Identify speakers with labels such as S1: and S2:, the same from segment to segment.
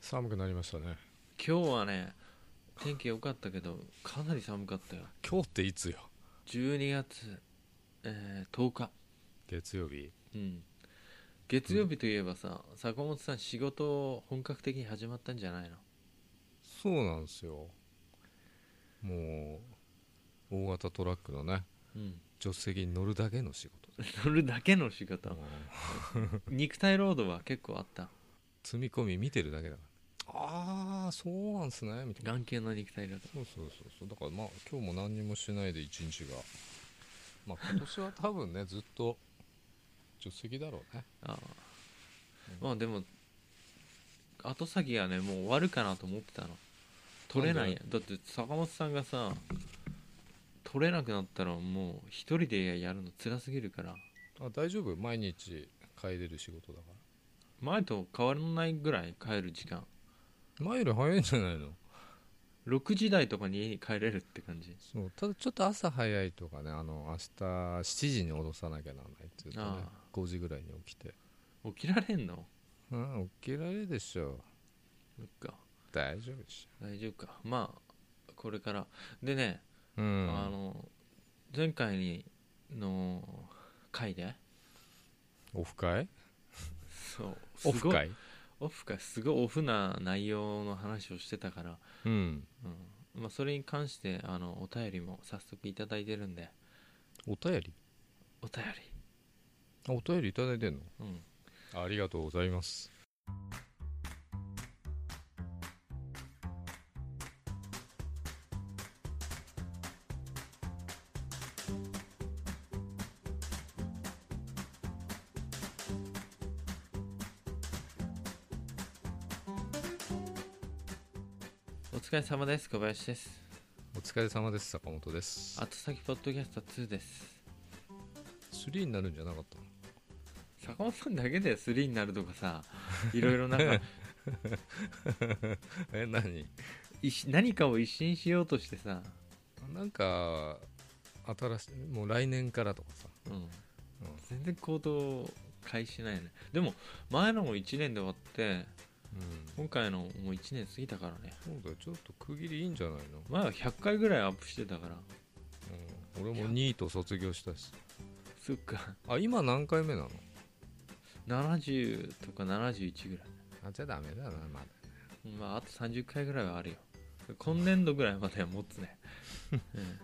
S1: 寒くなりましたね
S2: 今日はね天気良かったけどかなり寒かったよ
S1: 今日っていつよ
S2: 12月、えー10日、
S1: 月曜日
S2: うん、月曜日といえばさ、坂本さん仕事本格的に始まったんじゃないの
S1: そうなんですよもう大型トラックのね
S2: うん
S1: 助手席に乗るだけの仕事
S2: 乗るだけの仕事
S1: もう
S2: 肉体労働は結構あった
S1: 積み込み見てるだけだからああそうなんすねみたいな
S2: 眼鏡の肉体労働
S1: そうそうそうそうだからまあ今日も何にもしないで一日がまあ今年は多分ねずっと助手席だろうね
S2: ああまあでも後先がねもう終わるかなと思ってたの取れないやだって坂本さんがさ取れなくなったらもう一人でやるの辛すぎるから
S1: あ大丈夫毎日帰れる仕事だか
S2: 前と変わらないぐらい帰る時間
S1: ら前より早いんじゃないの
S2: 6時台とかに家に帰れるって感じ
S1: そうただちょっと朝早いとかねあの明日7時に下ろさなきゃならないって言うとね
S2: あ
S1: 5時ぐらいに起きて
S2: 起きられんの
S1: うん起きられるでしょ
S2: そっか
S1: 大丈夫でし
S2: 大丈夫かまあこれからでね、
S1: ょうん
S2: あの前回にの回で
S1: オフ会
S2: そうす
S1: オ
S2: ご
S1: フ会
S2: オフかすごいオフな内容の話をしてたから、
S1: うん
S2: うんまあ、それに関してあのお便りも早速いただいてるんで
S1: お便り
S2: お便
S1: あお便りいただいてんの
S2: り、うん、
S1: ありがとうございます
S2: お疲れ様です小林です
S1: お疲れ様です坂本です
S2: 後先ポッドキャスト2です
S1: 3になるんじゃなかったの
S2: 坂本さんだけで3になるとか さいろいろなんか
S1: え何
S2: 一し何かを一新しようとしてさ、
S1: なんか新しいもう来年からとかさ、
S2: うん、
S1: うん
S2: 全然行動開始ないよねでも前のも1年で終わって今回のもう1年過ぎたからね
S1: そうだよちょっと区切りいいんじゃないの、
S2: 前は100回ぐらいアップしてたから
S1: うん、俺もニート卒業したし
S2: そっか
S1: あ今何回目なの
S2: 70とか71ぐらい
S1: あじゃあダメだなまだ
S2: まああと30回ぐらいはあるよ今年度ぐらいまでは持つね、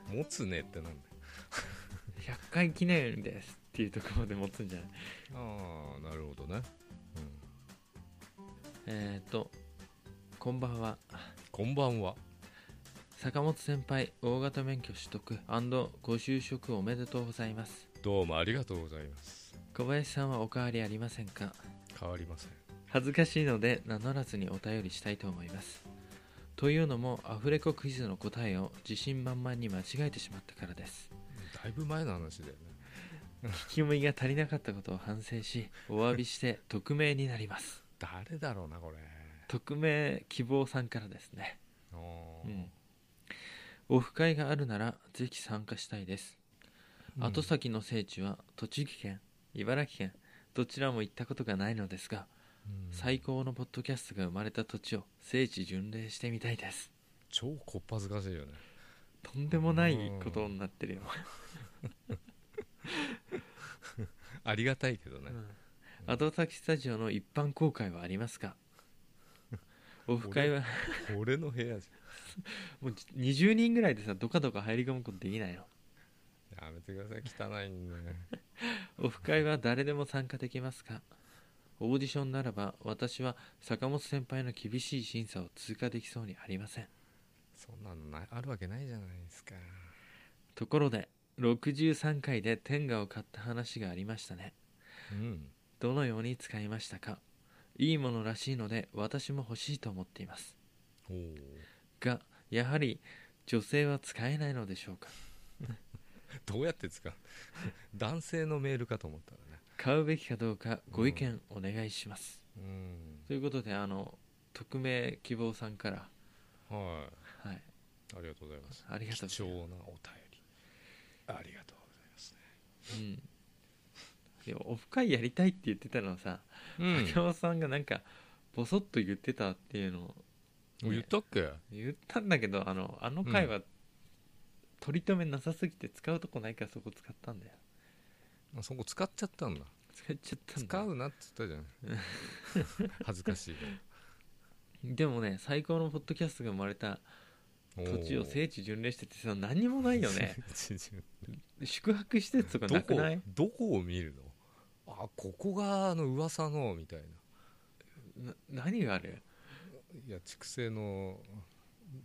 S2: うん、
S1: 持つねってなんだよ
S2: 100回記念ですっていうところまで持つんじゃない
S1: ああなるほどね、うん、
S2: えっ、ー、とこんばんは
S1: こんばんは
S2: 坂本先輩大型免許取得ご就職おめでとうございます
S1: どうもありがとうございます
S2: 小林さんはおかわりありませんか
S1: 変わりません
S2: 恥ずかしいので名乗らずにお便りしたいと思いますというのもアフレコクイズの答えを自信満々に間違えてしまったからです
S1: だいぶ前の話だよね
S2: 聞き込みが足りなかったことを反省しお詫びして匿名になります
S1: 誰だろうなこれ
S2: 匿名希望さんからですね
S1: あ
S2: う
S1: ー
S2: んオフ会があるならぜひ参加したいです、
S1: うん
S2: 後先の聖地は栃木県茨城県どちらも行ったことがないのですが、
S1: うん
S2: 最高のポッドキャストが生まれた土地を聖地巡礼してみたいです
S1: 超こっぱずかしいよね
S2: とんでもないことになってるよ、
S1: ありがたいけどね、
S2: うん、後先スタジオの一般公開はありますかオフ会は
S1: 俺の部屋じ
S2: もう20人ぐらいでさどかどか入り込むことできないの
S1: ゃんやめてください汚いんで
S2: オフ会は誰でも参加できますかオーディションならば私は坂本先輩の厳しい審査を通過できそうにありません
S1: そんなのないあるわけないじゃないですか
S2: ところで63回で天下を買った話がありましたね
S1: うん
S2: どのように使いましたかいいものらしいので私も欲しいと思っています
S1: おお
S2: がやはり女性は使えないのでしょうか
S1: どうやって使う 男性のメールかと思ったらね
S2: 買うべきかどうかご意見お願いします、
S1: うん
S2: ということであの匿名希望さんから
S1: は
S2: はい
S1: いありがとうございます
S2: ありがとうございます
S1: 貴重なお便りありがとうございます
S2: うんでもオフ会やりたいって言ってたのはさ、
S1: ね
S2: 坂本さんがなんかボソッと言ってたっていうのを
S1: 言ったっけ
S2: 言ったんだけどあのあの回は取り留めなさすぎて使うとこないからそこ使ったんだよ
S1: あそこ使っちゃったんだ
S2: 使っちゃったんだ
S1: 使うなっつったじゃん 恥ずかしいか
S2: でもね最高のポッドキャストが生まれた
S1: ら
S2: 土地を聖地巡礼しててさ何にもないよ ね宿泊施設とか
S1: ど
S2: なく
S1: こ
S2: ない
S1: どこを見るのあここがあの噂のみたいな
S2: な何がある
S1: いや畜生の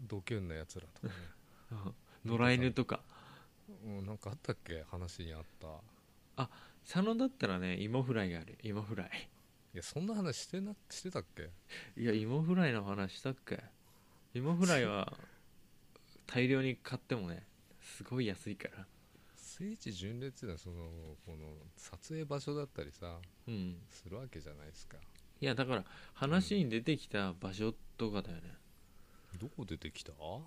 S1: ドキュンなやつら とかね、
S2: うん野良犬とか
S1: うん、なんかあったっけ話にあったい
S2: 佐野だったらね芋フライがある芋フライ
S1: やそんな話してなしてたっけ
S2: いや芋フライの話したっけ芋フライは大量に買ってもねすごい安いから
S1: 聖地巡礼っていうのはそのこの撮影場所だったりさ
S2: うん
S1: するわけじゃないですか
S2: いやだから話に出てきた場所とかだよね
S1: どこ出てきたど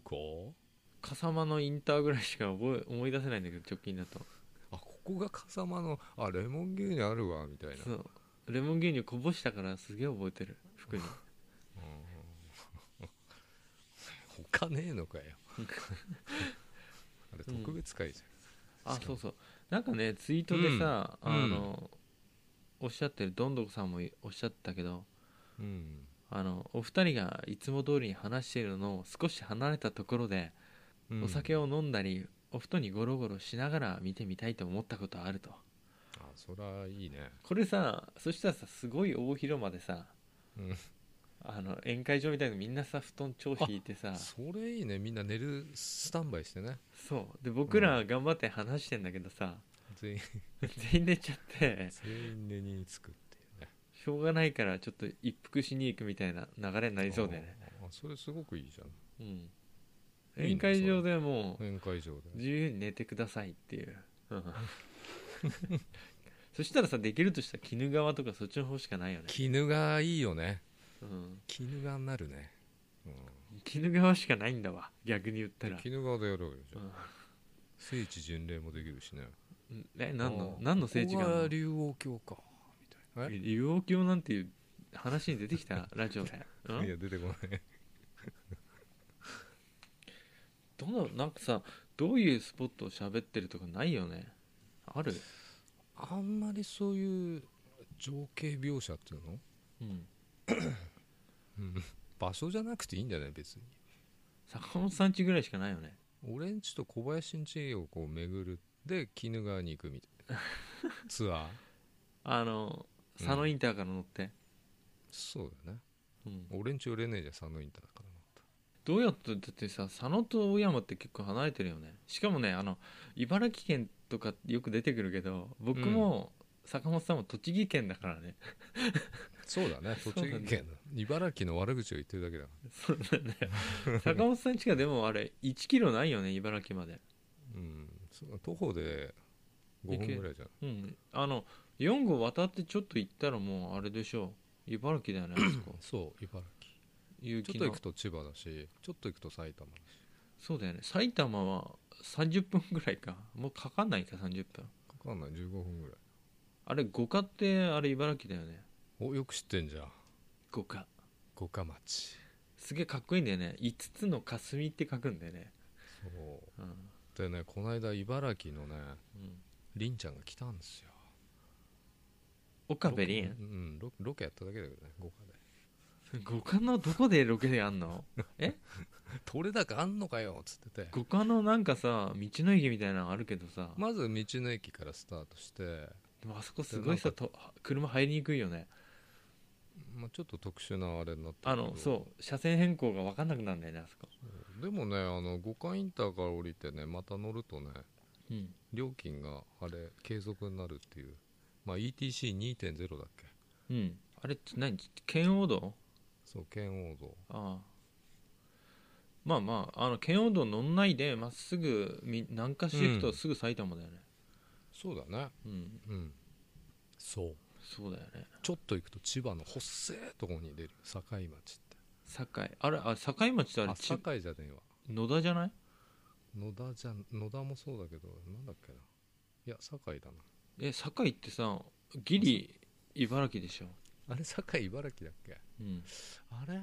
S1: こ
S2: 笠間のインターぐらいしか覚え思い出せないんだけど直近だと
S1: あここが笠間のあレモン牛乳あるわみたいな、う
S2: そ
S1: ん
S2: うレモン牛乳こぼしたからすげえ覚えてる 服に
S1: 他ねえの かよあれ特別会じ
S2: あそうそうなんかねツイートでさ、
S1: うん
S2: あの、おっしゃってるどんどこさんもおっしゃってたけど
S1: ゃんうん
S2: あのお二人がいつも通りに話しているのを少し離れたところで、
S1: うん
S2: お酒を飲んだりお布団にゴロゴロしながら見てみたいと思ったことあると
S1: あそりゃいいね
S2: これさそしたらさすごい大広間でさ、
S1: うん
S2: あの宴会場みたいなのみんなさ布団超引いてさ
S1: それいいねみんな寝るスタンバイしてね
S2: そうで僕ら頑張って話してんだけどさ、
S1: 全員
S2: 全員寝ちゃって
S1: 全員寝につくっていうね
S2: しょうがないからちょっと一服しに行くみたいな流れになりそうだよね
S1: ああそれすごくいいじゃん
S2: うん
S1: いい
S2: 宴
S1: ね
S2: 会場でもう
S1: 宴会場で
S2: 自由に寝てくださいっていう、うん そしたらさできるとしたら鬼怒川とかそっちの方しかないよね、
S1: 絹がいいよね
S2: うん、
S1: 絹がになるね、うん、
S2: 鬼怒川しかないんだわ逆に言ったら、
S1: 絹川でやろうよじ
S2: う
S1: ゃあ、
S2: ん
S1: 聖地巡礼もできるしね
S2: うんえ何の
S1: あー
S2: 何の聖地があ
S1: ここ
S2: る
S1: が竜王峡かみた
S2: の
S1: いな
S2: 竜王峡なんていう話に出てきたラジオで
S1: え
S2: う
S1: い
S2: ん
S1: や出てこない
S2: どうななんかさどういうスポットを喋ってるとかないよねある
S1: あんまりそういう情景描写っていうの、
S2: うん
S1: うん、場所じゃなくていいんじゃない別に
S2: 坂本さん家ぐらいしかないよね
S1: 俺んちと小林んちをこう巡るで鬼怒川に行くみたい なツアー
S2: あの
S1: うん
S2: 佐野インターから乗って、
S1: そうだね
S2: うん
S1: 俺んち売れねえじゃんサノインターだから
S2: どうやってだってさ佐野と大山って結構離れてるよねしかもねあの茨城県とかよく出てくるけど僕も坂本さんも栃木県だからね、
S1: そうだね
S2: そう
S1: 栃
S2: だね
S1: 木県の茨城の悪口を言ってるだけだか
S2: そうだね 坂本さん家がでもあれ1キロないよね茨城まで
S1: らうんそ徒歩で5分ぐらいじゃん
S2: うんあの4号渡ってちょっと行ったらもうあれでしょう茨城だよねあそ こ
S1: そう茨
S2: 有
S1: 城ちょっ
S2: 機
S1: と
S2: の
S1: 行くと千葉だしちょっと行くと埼玉だし
S2: そうだよね埼玉は30分ぐらいかもうかかんないか30分
S1: かかんない15分ぐらい
S2: あれ五花ってあれ茨城だよね
S1: およく知ってんじゃん
S2: 五花
S1: 五日町
S2: すげえかっこいいんだよね5つの霞って書くんだよね
S1: そう
S2: うん、
S1: でねこの間茨城のね
S2: うん、
S1: りんちゃんが来たんですよ
S2: 岡部
S1: う
S2: 凛
S1: んロロケやっただけだけどね五日で
S2: 五花のどこでロケでやんの
S1: 取れ高あんのかよっつってて
S2: 五花のなんかさ道の駅みたいなのあるけどさ、
S1: まず道の駅からスタートして、
S2: でもあそこすごいさ
S1: で
S2: と車入りにくいよね
S1: まあ、ちょっと特殊なあれになって
S2: あのそう車線変更が分かんなくなるんだよねあそこ
S1: うでもねあの五感インターから降りてねまた乗るとね
S2: うん
S1: 料金があれ継続になるっていうまあ ETC2.0 だっけ
S2: うんあれって何圏央道
S1: そう圏央道
S2: ああまあまああの圏央道乗んないでまっすぐみ南下していく
S1: う
S2: と
S1: ん
S2: すぐ埼玉だよね
S1: そうだね
S2: うん、
S1: うんそう
S2: そうだよね
S1: ちょっと行くと千葉の細いとこに出る境町って
S2: 堺あれあ堺町ってあれ
S1: あ
S2: ち
S1: 境じゃねえわ
S2: 野田じゃない
S1: 野田じゃん野田もそうだけどなんだっけないや堺だな
S2: え堺ってさギリ茨城でしょ
S1: あれ堺茨城だっけ
S2: うん、
S1: あれ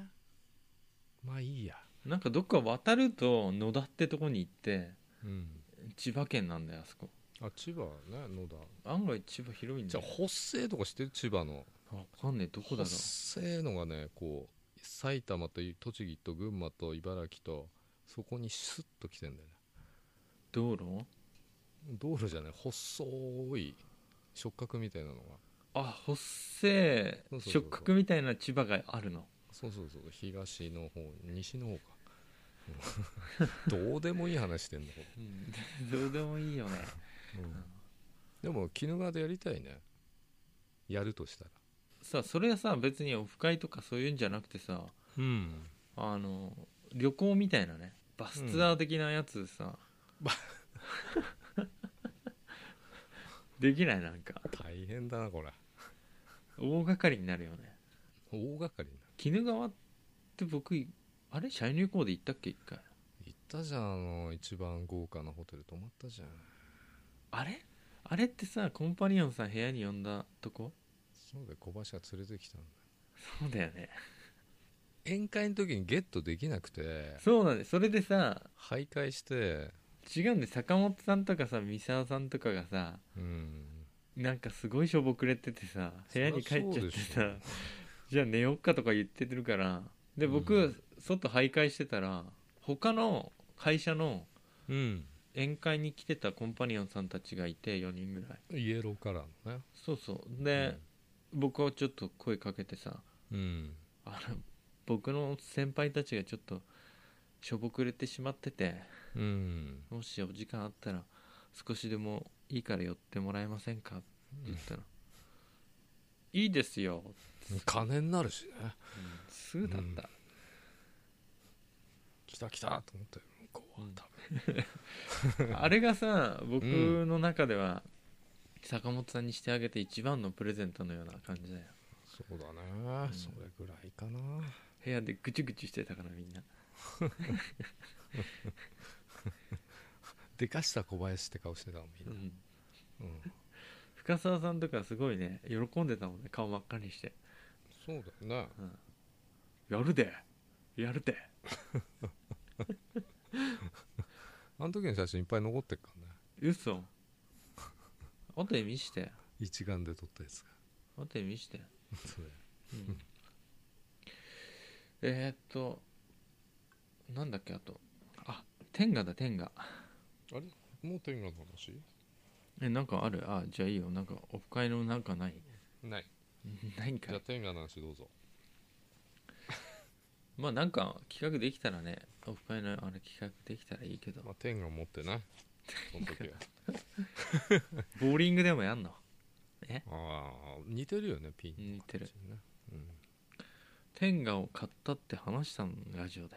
S1: まあいいや
S2: なんかどっか渡ると野田ってとこに行って
S1: うん
S2: 千葉県なんだよあそこ
S1: あ千葉ね野田
S2: 案外千葉広いん
S1: じ
S2: だ
S1: ゃあ
S2: よ
S1: 発生とかしてる千葉の
S2: わかんねえどこだろう
S1: 発生のがねこう埼玉と栃木と群馬と茨城とそこにスッと来てんだよね
S2: 道路
S1: 道路じゃない細い触角みたいなのが
S2: あ発生
S1: そうそうそう
S2: 触角みたいな千葉があるの
S1: そうそうそう東の方西の方かうん どうでもいい話してんだこれ
S2: どうでもいいよね
S1: でも鬼怒川でやりたいねやるとしたら
S2: さそれはさ別にオフ会とかそういうんじゃなくてさ
S1: うん
S2: あの旅行みたいなねバスツアー的なやつでさ、
S1: バ
S2: できないなんか
S1: 大変だなこれ
S2: 大掛かりになるよね
S1: 大掛かりな
S2: 鬼怒川って僕あれ社員旅行で行ったっけ一回
S1: 行ったじゃんあの一番豪華なホテル泊まったじゃん
S2: あれあれってさコンパニオンさん部屋に呼んだとこ
S1: そうで小橋が連れてきたんだ
S2: そうだよね
S1: 宴会の時にゲットできなくて
S2: そうなんでそれでさ
S1: 徘徊して
S2: 違うんで坂本さんとかさ三沢さんとかがさ
S1: うん
S2: なんかすごいしょぼくれててさ部屋に帰っちゃって
S1: そりゃそう
S2: さ じゃあ寝よっかとか言ってるからで僕、
S1: うん
S2: 外徘徊してたら他の会社の
S1: うん
S2: 宴会に来てたコンパニオンさんたちがいて4人ぐらい
S1: イエローカラーのね
S2: そうそうで、僕はちょっと声かけてさ
S1: うん
S2: あの僕の先輩たちがちょっとしょぼくれてしまってて
S1: うん
S2: もしお時間あったら少しでもいいから寄ってもらえませんかって言ったら「いいですよ」
S1: 金になるしね
S2: すぐだった、
S1: 来た来たと思って向こうは多
S2: あれがさ僕
S1: う
S2: の中では坂本さんにしてあげて一番のプレゼントのような感じだよ
S1: 分そうだね、
S2: うん
S1: それぐらいかな
S2: 部屋でぐちゅぐちゅしてたからみんな
S1: でかした小林って顔してたもんみんな、うん、
S2: 深澤さんとかすごいね喜んでたもんね顔真っ赤にして
S1: そうだよね
S2: 「やるでやるで
S1: あの時の写真いっぱい残ってるからね
S2: 嘘後で見して
S1: 一眼で撮ったやつが
S2: 後で見して
S1: それ
S2: うんえーっとなんだっけあとあ天下だ天下
S1: もう天下の話
S2: えなんかあるあじゃあいいよなんかオフ会のなんかない
S1: ない
S2: ないんか
S1: じゃあ天下の話どうぞ
S2: まあなんか企画できたらねオフ会のあれ企画できたらいいけど
S1: まあ天下持ってねその時は
S2: ボーリングでもやんの
S1: ああ似てるよねピンと
S2: 似てる
S1: ねうん、
S2: 天下を買ったって話したのラジオで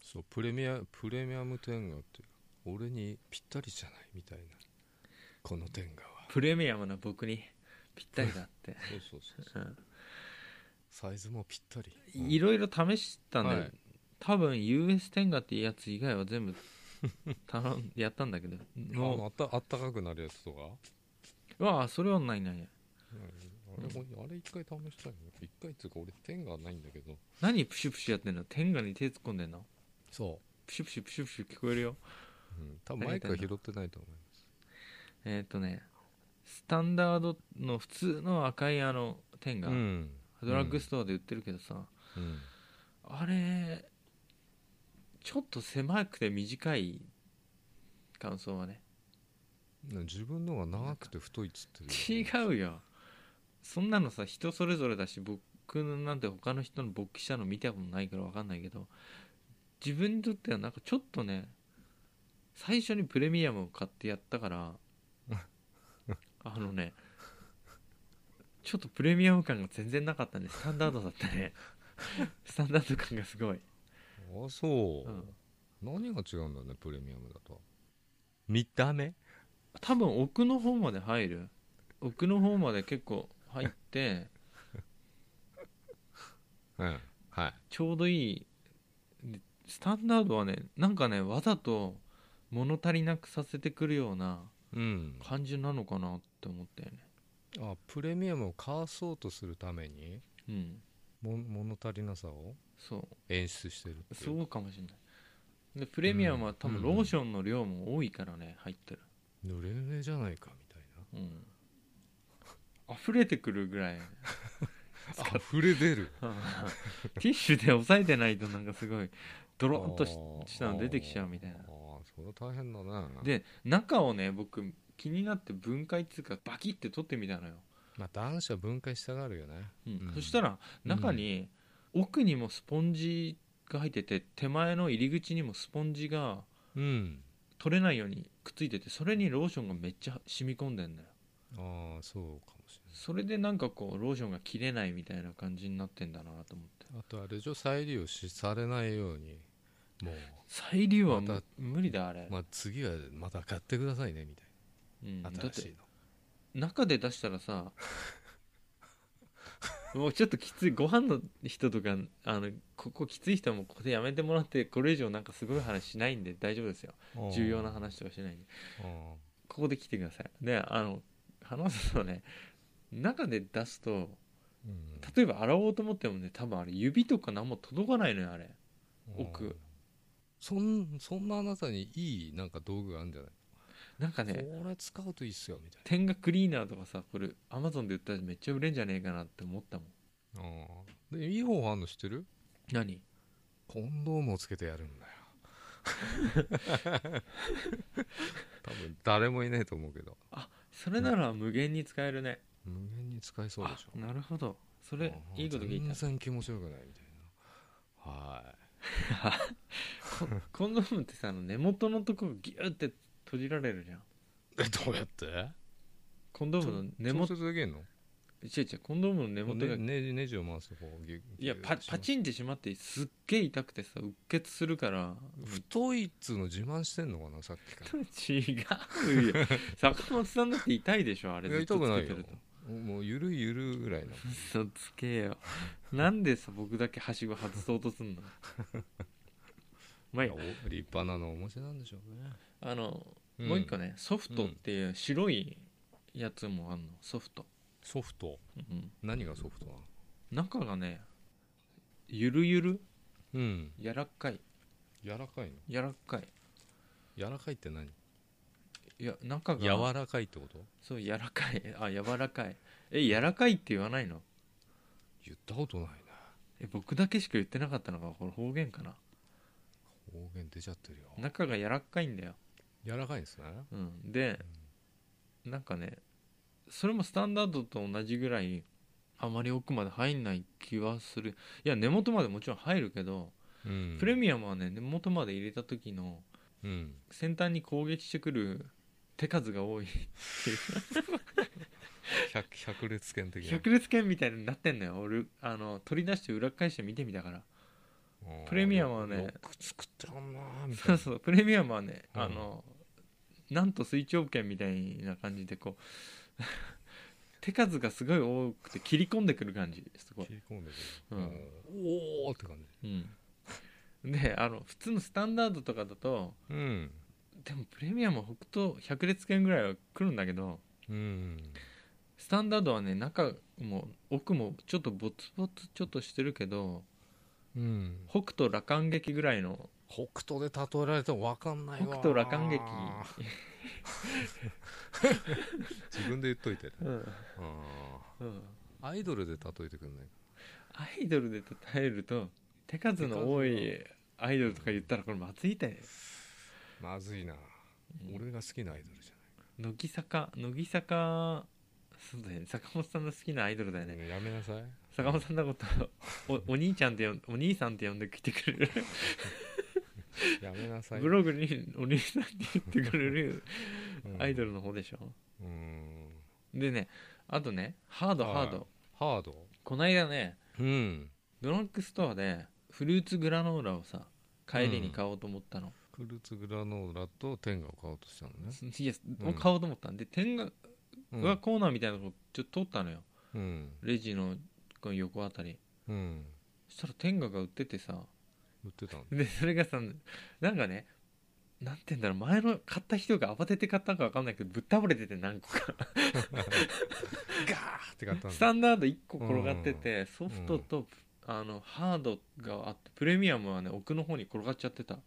S1: そうプレミアプレミアム天下っていう俺にぴったりじゃないみたいなこの天下は
S2: プレミアムな僕にぴったりだって、
S1: そうそうそう そう
S2: うん
S1: サイズもぴったり
S2: いろいろ試したんだよ、
S1: はい
S2: 多分 US 天下っていうやつ以外は全部頼んやったんだけど
S1: あの
S2: も
S1: あったあったかくなるやつとか、
S2: うわあそれはないないない
S1: うんあれもあれ一回試したいの一回っていうか俺天下ないんだけど
S2: 何プシュプシュやってんの天下に手突っ込んでんの
S1: そ
S2: プシュプシュプシュプシュ聞こえるよ
S1: う、ん、多分マイクは拾ってないと思いま
S2: えーっ、とねスタンダードの普通の赤いあの天
S1: す
S2: が、
S1: ん
S2: ドラッグストアで売ってるけどさ、
S1: うん
S2: あれちょっと狭くて短い感想はね
S1: な自分のが長くて太いっつってる
S2: 違うよそんなのさ人それぞれだし僕なんて他の人の勃起したの見たことないから分かんないけど自分にとってはなんかちょっとね最初にプレミアムを買ってやったからあのねちょっとプレミアム感が全然なかったねスタンダードだったねスタンダード感がすごい、
S1: ああそう、
S2: うん
S1: 何が違うんだろうねプレミアムだと見た目
S2: 多分奥の方まで入る奥の方まで結構入って
S1: うんはい
S2: ちょうどいいでスタンダードはねなんかねわざと物足りなくさせてくるような
S1: うん
S2: 感じなのかなって思ったよね
S1: あプレミアムをかわそうとするために
S2: うん
S1: も物足りなさを
S2: そ
S1: 演出してるって
S2: う
S1: いう
S2: そうかもしれないでプレミアムは多分
S1: うん
S2: ローションの量も多いからね入ってる
S1: 濡れ濡れじゃないかみたい
S2: うん溢れてくるぐら い
S1: なあ溢れ出る
S2: ティッシュで押さえてないとなんかすごいドロッとししたの出てきちゃうみたいな
S1: あーあーそれは大変だな
S2: で中をね僕気になって分解っつうかバキって取ってみたのよ、
S1: まあ男子は分解したがるよねうん
S2: そしたら中に奥にもスポンジが入ってて手前の入り口にもスポンジが
S1: うん
S2: 取れないようにくっついててそれにローションがめっちゃ染み込んでんだよ
S1: ああそうかもしれ
S2: それでなんかこうローションが切れないみたいな感じになってんだなと思って
S1: ないあとあれでしょ再利用しされないようにもう、
S2: 再利用は
S1: また
S2: む無理だあれ、
S1: まあ、次はまた買ってくださいねみたい
S2: うん、だ
S1: な
S2: っ
S1: 新していの
S2: 中で出した らさもうちょっときついご飯の人とかあのここきつい人はもうここでやめてもらってこれ以上なんかすごい話しないんで大丈夫ですよ
S1: あー
S2: 重要な話とかしないんで
S1: あー
S2: ここで来てくださいであの話すとね中で出すと
S1: うん
S2: 例えば洗おうと思ってもね多分あれ指とか何も届かないのよあれ奥
S1: うんそんそんなあなたにいいなんか道具があるんじゃない
S2: なんかね
S1: これ使うといいっすよみたい
S2: 天がクリーナーとかさこれアマゾンで売ったらめっちゃ売れんじゃねえかなって思ったもん
S1: なあーでいい方法あんの知ってる
S2: 何
S1: コンドームをつけてやるんだよ多分誰もいないと思うけど
S2: それなら無限に使えるね
S1: 無限に使えそうでしょ
S2: あなるほどそれ
S1: あー
S2: いいこと聞いた
S1: 全然気持ちよくないみたいなは
S2: コンドームってさあの根元のとこがギューって閉じられるじゃん
S1: いえどうやって
S2: コンドームの根
S1: 調
S2: 元
S1: 節できんの
S2: 違う違うコンドームの根元が、
S1: ねねネジを回すとこうギュッ
S2: いやパパチンってしまってすっげえ痛くてさうっ血するから
S1: 太いっつうの自慢してんのかなさっきから
S2: 違うよ坂本さんだって痛いでしょあれ
S1: いや
S2: ずっと
S1: 痛く
S2: つ
S1: な
S2: け
S1: い
S2: て
S1: よ
S2: ると
S1: もうゆるいゆるぐらいの
S2: 嘘つけよなんでさ僕だけはしご外そうとすんのまあいいや
S1: お立派なのお持ちなんでしょうね
S2: あ
S1: う
S2: の、
S1: ん
S2: もう一個ねソフトっていう白いやつもあんのソフト、
S1: ソフト
S2: うん、
S1: 何がソフトなの
S2: 中がねゆるゆる
S1: うん
S2: 柔らかい
S1: 柔らかいの
S2: 柔らかい
S1: 柔らかいって何
S2: いや中が
S1: 柔らかいってこと
S2: そう柔らかいあ柔らかいえ柔らかいって言わないの
S1: 言ったことないね
S2: え僕だけしか言ってなかったのがこれ方言かな
S1: 方言出ちゃってるよ
S2: 中が柔らかいんだよ、
S1: 柔らかいんですね
S2: うん、でなんかねそれもスタンダードと同じぐらいあまり奥まで入んない気はするいや根元までもちろん入るけど、
S1: うん
S2: プレミアムはね根元まで入れた時の
S1: うん
S2: 先端に攻撃してくる手数が多い
S1: 百百列拳的な
S2: 百裂剣みたいになってんのよ俺あの取り出して裏返して見てみたからプレミアムはね
S1: よく作ってらんなーみた
S2: そ
S1: いうな
S2: そうプレミアムはね、
S1: うん
S2: あのなんと水長剣みたいな感じでこう 手数がすごい多くて切り込んでくる感じすごい
S1: 切、り込んでく
S2: う
S1: る
S2: ん
S1: おおーって感じ
S2: うん、であの普通のスタンダードとかだと
S1: うん
S2: でもプレミアムは北東百裂剣ぐらいは来るんだけど
S1: うん
S2: スタンダードはね中も奥もちょっとボツボツちょっとしてるけど
S1: うん
S2: 北斗羅漢劇ぐらいの
S1: 北斗で例えられても分かんない
S2: 北
S1: わー
S2: 斗羅漢劇
S1: 自分で言っといてね
S2: うん
S1: あ
S2: うん
S1: ーアイドルで例えてくんない
S2: アイドルで例えると手数の多いアイドルとか言ったらこれまずいだよ
S1: まずいな、
S2: うん
S1: 俺が好きなアイドルじ
S2: 乃木坂乃木坂そうだよね坂本さんの好きなアイドルだ
S1: ゃ
S2: よ
S1: な
S2: ね
S1: い、やめなさい
S2: 坂本さんのことをおお兄ちゃんって呼んお兄さんって呼んできてくれる
S1: やめなさい
S2: ブログにお兄さんって言ってくれるアイド
S1: ル
S2: ルの方でしょ
S1: うんうん
S2: でねあとねハード
S1: はい
S2: ハード
S1: ハード
S2: こないだね
S1: うん
S2: ドラッグストアでフルーツグラノーラをさ帰りに買おうと思ったの、
S1: フルーツグラノーラと天下を買おうとしたのね
S2: いや
S1: うん
S2: 買おうと思ったんで天が
S1: うん
S2: がコーナーみたいなとこちょっと通ったのよ
S1: うん、
S2: レジのこの横あたり
S1: うん、
S2: そしたら天下が売っててさ
S1: 売ってたんだ
S2: でそれがさなんかねなんて言うんだろう前の買った人が慌てて買ったのか分かんないけどぶっ倒れてて何個か
S1: ガーって買ったん
S2: ス
S1: だ
S2: タンダード1個転がってて、ソフトと、あのハードがあってプレミアムはね奥の方に転がっちゃってた
S1: こ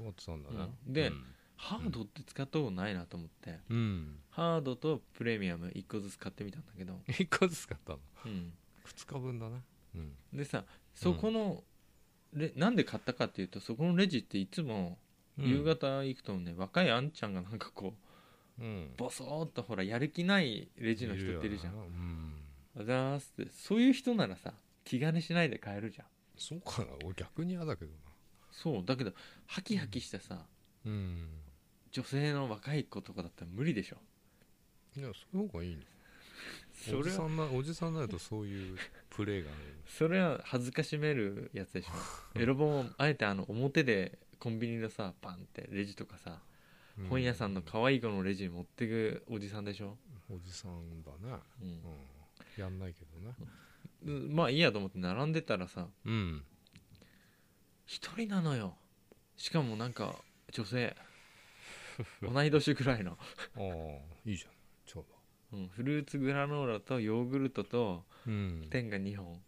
S1: うなってたんだね、
S2: うんで
S1: うん
S2: ハードって使ったことないなと思って、
S1: うん
S2: ハードとプレミアム1個ずつ買ってみたんだけど、
S1: 1個ずつ買ったの
S2: うん、
S1: 2日分だなうん
S2: でさそこの、レなんで買ったかっていうとそこのレジっていつも夕方行くとね、若いあんちゃんがなんかこ
S1: うん
S2: うボソーっとほらやる気ないレジの人っているじゃん
S1: よなうん
S2: あざーすってそういう人ならさ気兼ねしないで買えるじゃん
S1: そうかな俺逆に嫌だけどな
S2: そうだけどハキハキしたさ、
S1: うん
S2: 女性の若い子とかだったら無理でしょ
S1: いやそういう方がいいの
S2: そ
S1: お
S2: れ
S1: じ
S2: は
S1: さんなおじさんになるとそういうプレーがね
S2: それは恥ずかしめるやつでし ょエロ本をあえてあの表でコンビニのさパンってレジとかさ
S1: うん
S2: 本屋さんの可愛い子のレジに持ってくおじさんでしょ、
S1: おじさんだね
S2: うん
S1: うんやんないけどね
S2: でまあいいやと思って並んでたらさ
S1: うん
S2: 一人なのよしかもなんか女性 同い年ぐらいの、
S1: ああいいじゃんちょう
S2: うん、フルーツグラノーラとヨーグルトと
S1: どうん
S2: 天が2本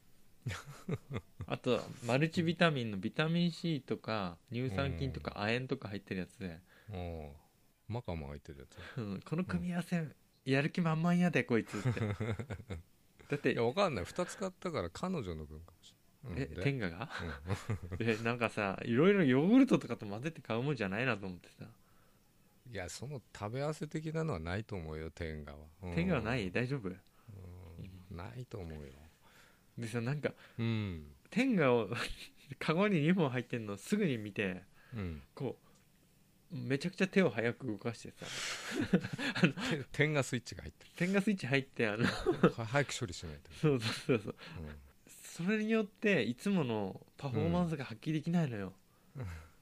S2: あとマルチビタミンのビタミン C とか乳酸菌とか亜鉛とか入ってるやつで、
S1: ああマカマ入ってるやつ
S2: うんこの組み合わせ、やる気満々やでこいつってだって
S1: いやわかんない2つ買ったから彼女の分かもしれない
S2: え
S1: うんで
S2: 天下がえなんかさいろいろヨーグルトとかと混ぜて買うもんじゃないなと思ってさ
S1: いやその食べ合わせ的なのはないと思うよ天下はうん
S2: 天下はない大丈夫
S1: うんないと思うよ
S2: でさなんか
S1: うん
S2: 天下を カゴに2本入ってんのすぐに見て
S1: うん
S2: こうめちゃくちゃ手を早く動かしてさ
S1: て天下スイッチが入って
S2: 天下スイッチ入ってあの
S1: るは早く処理しないと
S2: そうそうそうそう
S1: うん
S2: それによっていつものパフォーマンスが発揮できないのよ、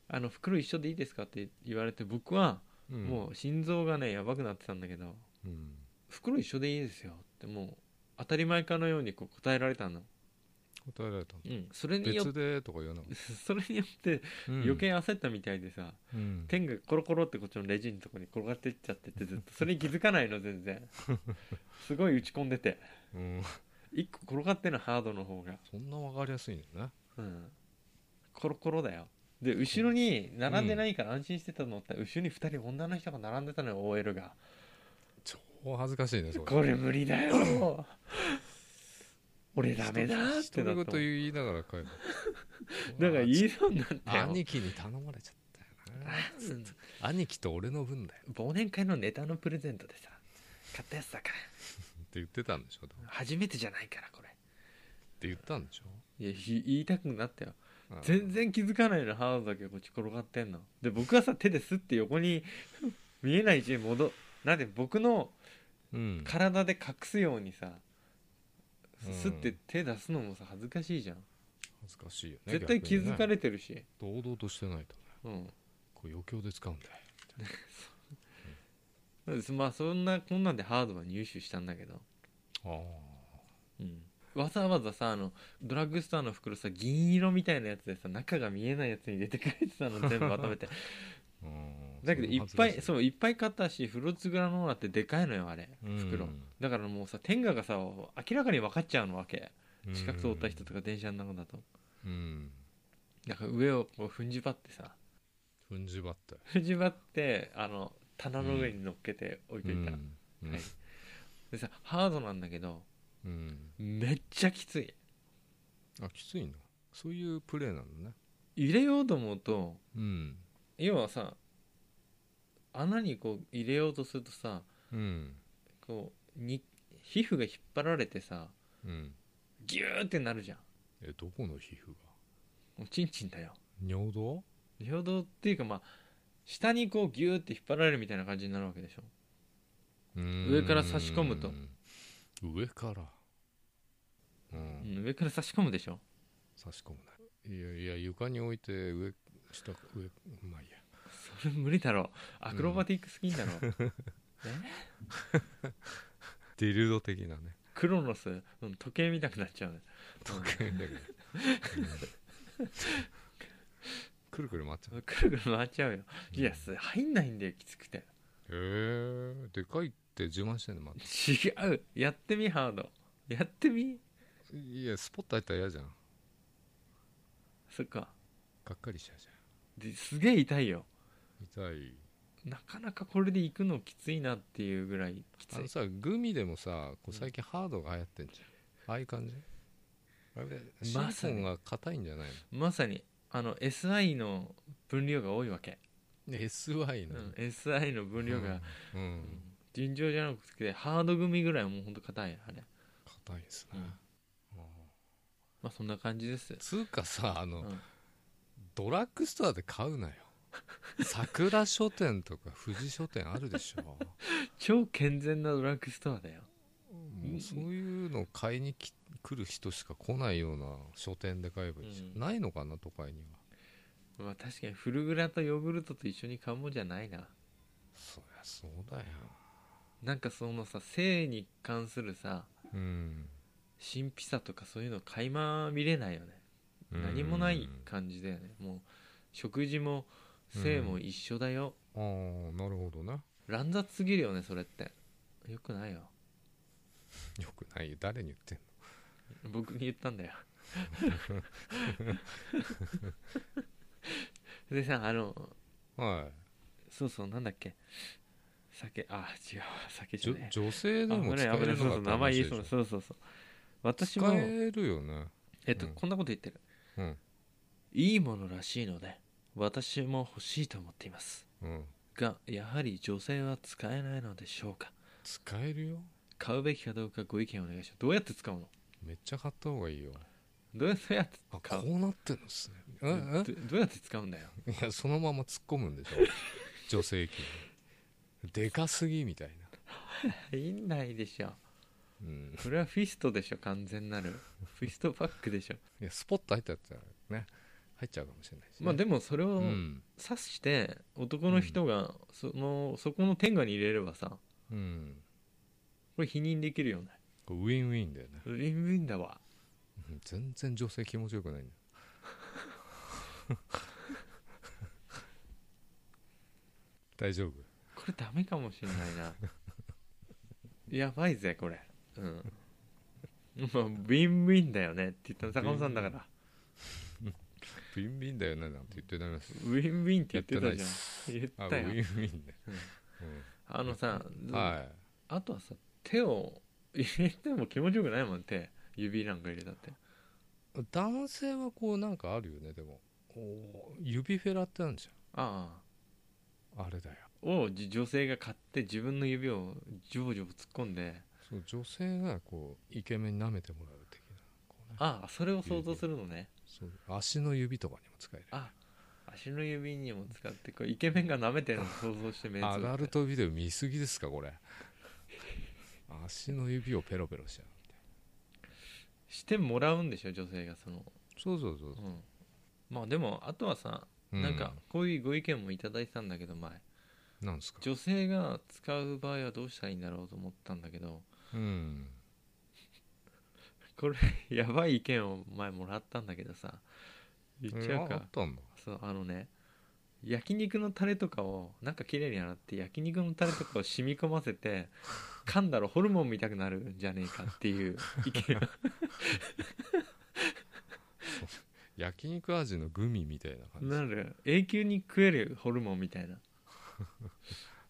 S2: あの袋一緒でいいですかって言われて僕は
S1: うん
S2: もう心臓がねやばくなってたんだけど
S1: うん
S2: 袋一緒でいいですよってもう当たり前かのようにこう答えられたの、
S1: 答えられたの
S2: うん、それによっ
S1: 別でとか言わなかっ
S2: それによって
S1: たうん
S2: 余計焦ったみたいでさ、
S1: うん
S2: 天がコロコロってこっちのレジのとこに転がってっちゃっててずっとそれに気づかないの全 然すごい打ち込んでて
S1: うん
S2: 一個転がってんのハードの方が、
S1: そんなわかりやすいんだね
S2: うん、コロコロだよで後ろに並んでないから安心してたのって、後ろに2人女の人が並んでたのよ OL が
S1: 超恥ずかしいねそれ
S2: これ無理だよ俺ダメだーってな
S1: 独
S2: っ
S1: り言
S2: た
S1: 言いな
S2: もん
S1: がら帰る
S2: だから言いそう になったよ
S1: 兄貴に頼まれちゃったよな
S2: うん
S1: 兄貴と俺の分だよ
S2: 忘年会のネタのプレゼントでさ買ったやつだから
S1: って言ってたんでしょって
S2: 初めてじゃないからこれ
S1: 言ったんでしょ
S2: いやひ言いたくなったよ
S1: うん
S2: 全然気づかないのハードだけこっち転がってんので僕はさ手ですって横に見えない位置に戻なんで僕の
S1: うん
S2: 体で隠すようにさ
S1: うん
S2: すって手出すのもさ恥ずかしいじゃん
S1: 恥ずかしいよね
S2: 絶対気づか
S1: れ
S2: れてるし
S1: 堂々としてないとね
S2: うん
S1: こう余興で使うんだよ
S2: なんですまあそんなこんなんでハードは入手したんだけど
S1: あ
S2: わざわざさあのドラッグストアの袋さ銀色みたいなやつでさ中が見えないやつに入れてくれて たの全部まとめて
S1: あ
S2: だけどいっぱい
S1: う
S2: そういっぱい買ったしフルーツグラノーラってでかいのよあれ袋、
S1: うん
S2: だからもうさ天下がさ明らかに分かっちゃうのわけ
S1: ん
S2: 近く通った人とか電車の中だと
S1: うん
S2: だから上をこう踏んじばってさ
S1: 踏んじばったよ
S2: 踏んじばってあの棚の上に乗っけて置いといた、
S1: うんうん
S2: はいでさハードなんだけど
S1: うん
S2: めっちゃきつい
S1: あきついのそういうプレーなんだね
S2: 入れようと思うと
S1: うん
S2: 要はさ穴にこう入れようとするとさ
S1: うん
S2: こうに皮膚が引っ張られてさ
S1: うん
S2: ギューってなるじゃん
S1: えどこの皮膚が
S2: もうチンチンだよ
S1: 尿道
S2: 平等っていうかまあ下にこうギューって引っ張られるみたいな感じになるわけでしょ
S1: 上
S2: から差し込むと
S1: 上からうん、
S2: うん上から差し込むでしょ
S1: 差し込むねいやいや床に置いて上下上まあいいや
S2: それ無理だろアクロバティックスキンだろ、 え
S1: ディルド的なね
S2: クロノス、うん、時計見たくなっちゃうね
S1: 時計だけどくるくる回っちゃう
S2: くるくる回っちゃうよいやそれ入んないんだよきつくて
S1: へえでかいって自慢してんのまた
S2: 違うやってみハードやってみ
S1: いやスポット入ったら嫌じゃんが
S2: そっか
S1: っかりしちゃうじゃ
S2: ですげえ痛いよ
S1: ん痛い
S2: なかなかこれで行くのきついなっていうぐらいきつ
S1: あの
S2: い
S1: さグミでもさこ
S2: ん
S1: う最近ハードが流行ってんじゃんああいう感じあれシ
S2: ま
S1: リ
S2: さ
S1: コ
S2: に
S1: ンが硬いんじゃない
S2: まさにあの SI の分量が多いわけ、
S1: の SY
S2: う
S1: の
S2: ん、SI の分量が
S1: うんうん
S2: 尋常じゃなくてハード組ぐらいはもうほんと硬いあれ
S1: 硬、いですね、うん
S2: まあそんな感じです
S1: つうかさあの、
S2: うん
S1: ドラッグストアで買うなよ桜書店とか富士書店あるでしょ
S2: 超健全なドラッグストアだよ
S1: もうそういうの買いにき来る人しか来ないような書店で買えばいいじゃん、
S2: うん
S1: ないのかな都会には
S2: まあ確かにフルグラとヨーグルトと一緒に買うもんじゃないな
S1: そりゃそうだよ
S2: なんかそのさ性に関するさ
S1: うん
S2: 神秘さとかそういうの垣間見れないよね何もない感じだよねもう食事も性も一緒だよ、
S1: ああなるほどね
S2: 乱雑すぎるよねそれってよくないよ
S1: よくないよ誰に言ってんの
S2: 僕に言ったんだよでさあの
S1: はい
S2: そうそうなんだっけ酒あ違うわ酒じ
S1: じ
S2: ゃ
S1: ょ
S2: ねえ
S1: 女性でも
S2: 危
S1: 使
S2: ない
S1: え
S2: 危ない
S1: る
S2: そう
S1: のか
S2: そう
S1: って
S2: 名前
S1: 話
S2: 言
S1: で
S2: い
S1: し
S2: そう
S1: ょ
S2: なそうそうそう私
S1: 使
S2: も
S1: えるよね
S2: えっと、
S1: うん
S2: こんなこと言ってる
S1: うん
S2: いいものらしいので私も欲しいと思っています
S1: うん
S2: がやはり女性は使えないのでしょうか
S1: 使えるよ
S2: 買うべきかどうかご意見お願いしますどうやって使うの
S1: めっちゃ買った方がいいよ
S2: どうやってどうやって
S1: あ
S2: 買
S1: こ
S2: う
S1: うなってるんですねええ
S2: どどうやって使うんだよ
S1: いやそのまま突っ込むんで しょ女性器にでかすぎみたいな
S2: 入んないでしょ
S1: うん
S2: これはフィストでしょ完全なるフィストバックでしょ
S1: いやスポット入ったやつはね入っちゃうかもしれないしね、
S2: まあでもそれ
S1: う
S2: を
S1: ん、
S2: 指して男の人がそのそこの天下に入れればさ
S1: うん、
S2: これ否認できるよね
S1: これウィンウィンだよね、
S2: ウィンウィンだわ
S1: うん全然女性気持ちよく ないんだよ大丈夫
S2: これダメかもしれない なやばいぜこれうんまあウィンウィンだよねって言ったの坂本さんだから
S1: ウィンウィンだよねなんて言ってダメです
S2: ウィンウィンって
S1: やっ
S2: 言ってて
S1: ない
S2: た
S1: で
S2: じゃん
S1: す
S2: 言っ
S1: あウ
S2: た
S1: ィンウ
S2: よ
S1: ィンね、
S2: あのさ、
S1: うんはい
S2: あとはさ手を入れても気持ちよくないもん手指なんか入れたって
S1: 男性はこうなんかあるよねでもこう指フェラってあるじ
S2: ああ
S1: ゃんあれだよ
S2: をじ女性が買って自分の指をジョボジョボ突っ込んで
S1: そう女性がこうイケメンに舐めてもらう的なこうね
S2: ああそれを想像するのね
S1: そう足の指とかにも使える
S2: あ足の指にも使ってこうイケメンが舐めてるのを想像して目つぶっ
S1: ア
S2: て
S1: ダルトビデオ見すぎですかこれ足の指をペロペロしちゃう
S2: してもらうんでしょ女性がその
S1: そうそうそうう、
S2: んまあでもあとはさ、
S1: う
S2: なんかこういうご意見もいただいてたんだけど前
S1: なんですか
S2: 女性が使う場合はどうしたらいいんだろうと思ったんだけど
S1: うん
S2: これやばい意見を前もらったんだけどさ言っち
S1: え
S2: ゃう
S1: ああ
S2: か
S1: ったんだ
S2: そうあのね焼肉のタレとかをなんか綺麗に洗って焼肉のタレとかを染み込ませて噛んだらホルモン見たくなるんじゃねえかっていう意見が
S1: 焼肉味のグミみたいな感
S2: なる永久に食えるホルモンみたいな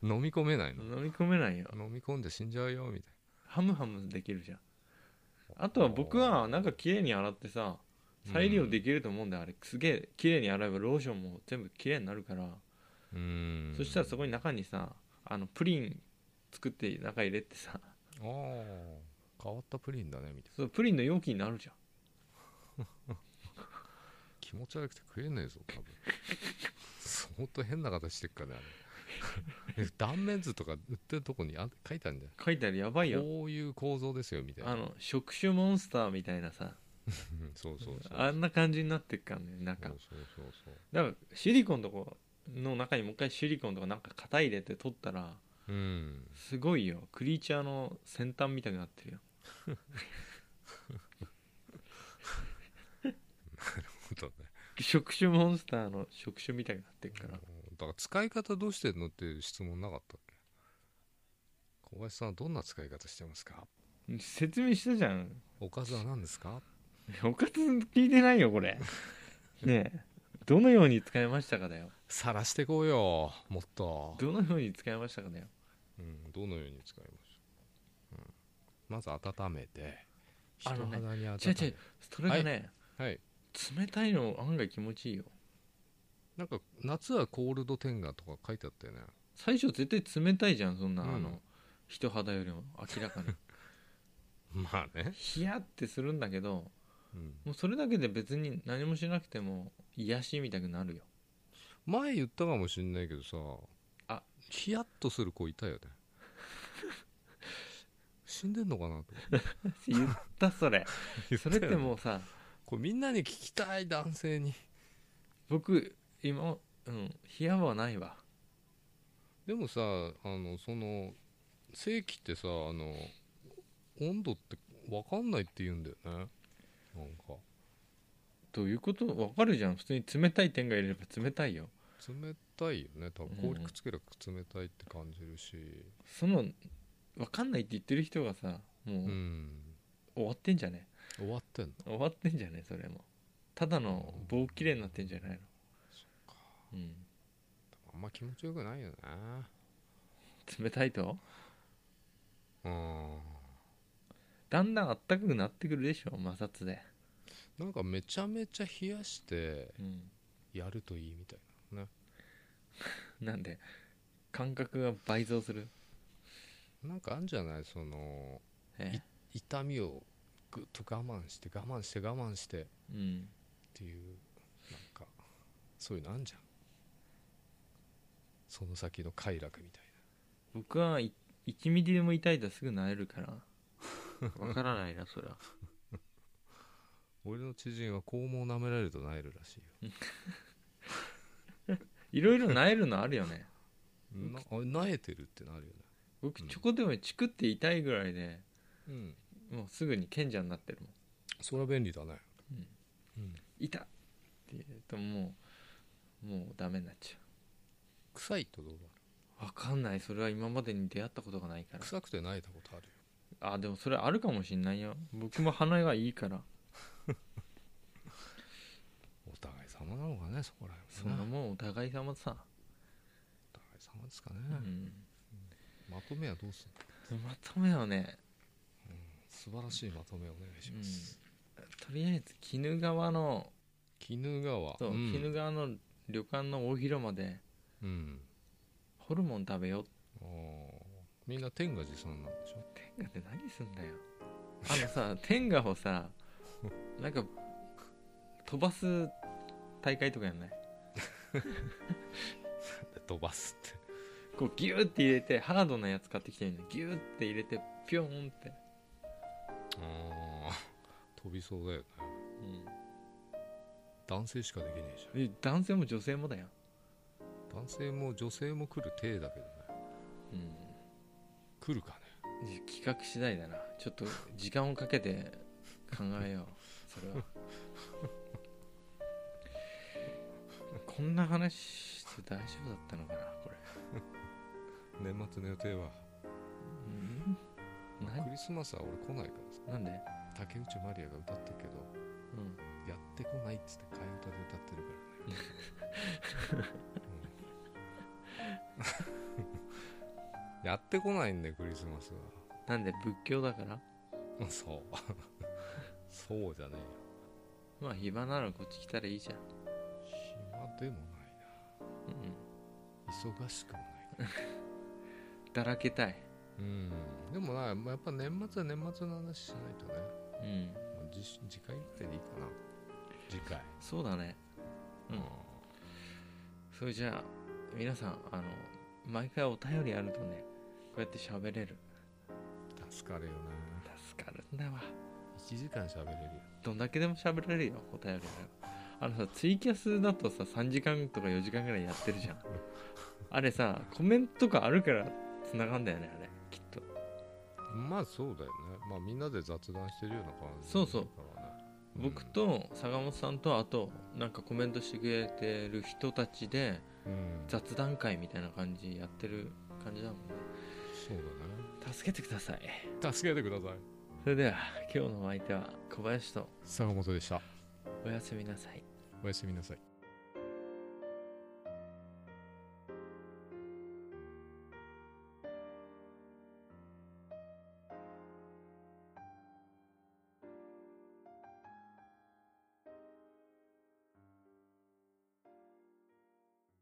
S1: じ飲み込めないの
S2: 飲み込めないよ
S1: 飲み込んで死んじゃうよみたい
S2: ハムハムできるじゃんあとは僕はなんか綺麗に洗ってさ再利用できると思うんだよ、あれすげえ綺麗に洗えばローションも全部綺麗になるから
S1: なうん
S2: そしたらそこ
S1: に
S2: に中にさあのプリン作って中入れてさ
S1: ああ変わったプリンだねみたいな
S2: そうプリンの容器になるじゃん
S1: 気持ち悪くて食えねえぞ多分相当変な形してっからねあれ断面図とか売ってるとこにあ書いてあるんじゃ
S2: 書いてあるやばい
S1: ん
S2: よ
S1: こういう構造ですよみたいな
S2: あの触手モンスターみたいなさ
S1: うんそうそうそう
S2: あんな感じになってっからねなん
S1: そ
S2: か
S1: うそうそうそう
S2: だからシリコンとかの中にもう一回シリコンとかなんか型入れて取ったら
S1: うん
S2: すごいよクリーチャーの先端みたいになってるよ
S1: そうだね
S2: 触手モンスターの触手みたいになってるから
S1: だから使い方どうしてんのっていう質問なかったっけ小林さんはどんな使い方してますか
S2: 説明したじゃん
S1: おかずは何ですか
S2: おかず聞いてないよこ れねえどのように使いましたかだよ
S1: 晒してこうよもっと
S2: どのように使いましたかだよ
S1: うん、どのように使いました、うん、まず温めて人
S2: あのね
S1: 肌に温めて、
S2: 違う違うそれがね、
S1: はい
S2: 冷たいの案外気持ちいいよ
S1: なんか夏はコールドテンガーとか書いてあったよね
S2: 最初絶対冷たいじゃんそんな、
S1: うん
S2: あの人肌よりも明らかに
S1: まあね、
S2: ヒヤってするんだけど
S1: うん、
S2: もうそれだけで別に何もしなくても癒しみたくな るよ
S1: 前言ったかもしんないけどさ
S2: あ
S1: ヒヤッとする子いたよね 死んでんのかなと
S2: 言ったそ れそれってもうさ
S1: これみんなに聞きたい男性に
S2: 僕今うん冷やはないわ
S1: でもさあのその正規ってさあの温度って分かんないって言うんだよねなんか
S2: ということわかるじゃん普通に冷たい点がいれば冷たいよ
S1: 冷たいよね多分
S2: うん
S1: 氷くっつけりゃ冷たいって感じるし
S2: そのわかんないって言ってる人がさもう、
S1: うん、
S2: 終わってんじゃね
S1: 終わってんの
S2: 終わってんじゃねそれもただの棒きれいになってんじゃないのうん
S1: あんま気持ちよくないよね
S2: 冷たいと
S1: うん
S2: だんだんあったかくなってくるでしょ摩擦で、
S1: なんかめちゃめちゃ冷やして
S2: うん、
S1: やるといいみたい
S2: なんで感覚が倍増する
S1: ななんかあんじゃないその
S2: え
S1: 痛みをぐっと我慢して我慢して我慢してっ
S2: えうん
S1: ていうなんかそういうのあんじゃんその先の快楽みたい
S2: 僕はい1ミリでも痛いとすぐ慣れるから わからないなそれは
S1: な俺の知人は肛門舐められるとなえるらしいよ
S2: いろいろ慣れるのあるよね
S1: なあなえてるってなるよね
S2: 僕ちょこでもチクって痛いぐらいで
S1: うん
S2: もうすぐに賢者になってるもん
S1: それは便利だねうん
S2: 痛っって言うともうもうダメになっち
S1: 臭いってどうだろ
S2: ゃうわかんないそれは今までに出会ったことがないか
S1: う
S2: ら
S1: 臭くて泣いたことあるよ
S2: あでもそれあるかもしんないよ僕も鼻がいいから
S1: お互い様なのかねそこら辺
S2: そん
S1: は
S2: な
S1: ね
S2: もんお互い様
S1: お
S2: さ、
S1: 互い様ですかね、
S2: うん、
S1: まとめはどうするの
S2: まとめはね、
S1: 素晴らしいまとめお願いし
S2: うん
S1: ます、
S2: とりあえず鬼怒川の
S1: 鬼怒川
S2: そう、
S1: ん
S2: 鬼怒川の旅館の大広間で
S1: うん
S2: ホルモン食べよう
S1: あーみんな天が持参なんでしょ
S2: 天下って何すんだよあのさ 天下をさなんか飛ばす大会とかやんない
S1: 飛ばすって
S2: こうギューって入れてハードなやつ買ってきてるのギューって入れてピョーンって、
S1: あー飛びそうだよね男性しかできねえじ
S2: うん、男性も女性もだよ、
S1: ゃん男性も女性も来る体だけどね
S2: うん、
S1: 来るかね
S2: 企画次第だなちょっと時間をかけて考え ようそれはこんな話して大丈夫だったのかなこれ、
S1: 年末の予定は
S2: うん、
S1: クリスマスは俺来ないからさ
S2: ななんで、
S1: 竹内まりやが歌ったけど
S2: うん
S1: やってこないっつって替え歌で歌ってるからね、うんや ってこないんだよクリスマス
S2: なんで仏教だから
S1: はそう そうじゃねえよ
S2: まあ暇ならこっち来たらいいじゃん、
S1: 暇でもないな
S2: うん、
S1: 忙しくもない
S2: だらけたい
S1: うんでもなまあやっぱ年末は年末の話しないとね、
S2: うん
S1: まあ、次次回ぐらいでいいかな次回
S2: そうだねうんそれじゃあ皆さんあの毎回お便りあるとねこうやって喋れる
S1: 助かるよな
S2: 助かるんだわ
S1: 1時間喋れるよ
S2: どんだけでも喋れるよお便りあればあのさツイキャスだとさ3時間とか4時間ぐらいやってるじゃんあれさコメントとかあるからつながんだよねあれきっと
S1: まあそうだよねまあみんなで雑談してるような感じ
S2: そうそう
S1: だからねうん
S2: 僕と坂本さんとあとなんかコメントしてくれてる人たちで
S1: うん
S2: 雑談会みたいな感じやってる感じだもんね
S1: そう
S2: 助けてください
S1: だね助けてください
S2: それでは今日のお相手は小林と
S1: 坂本でした
S2: おやすみなさい
S1: おやすみなさい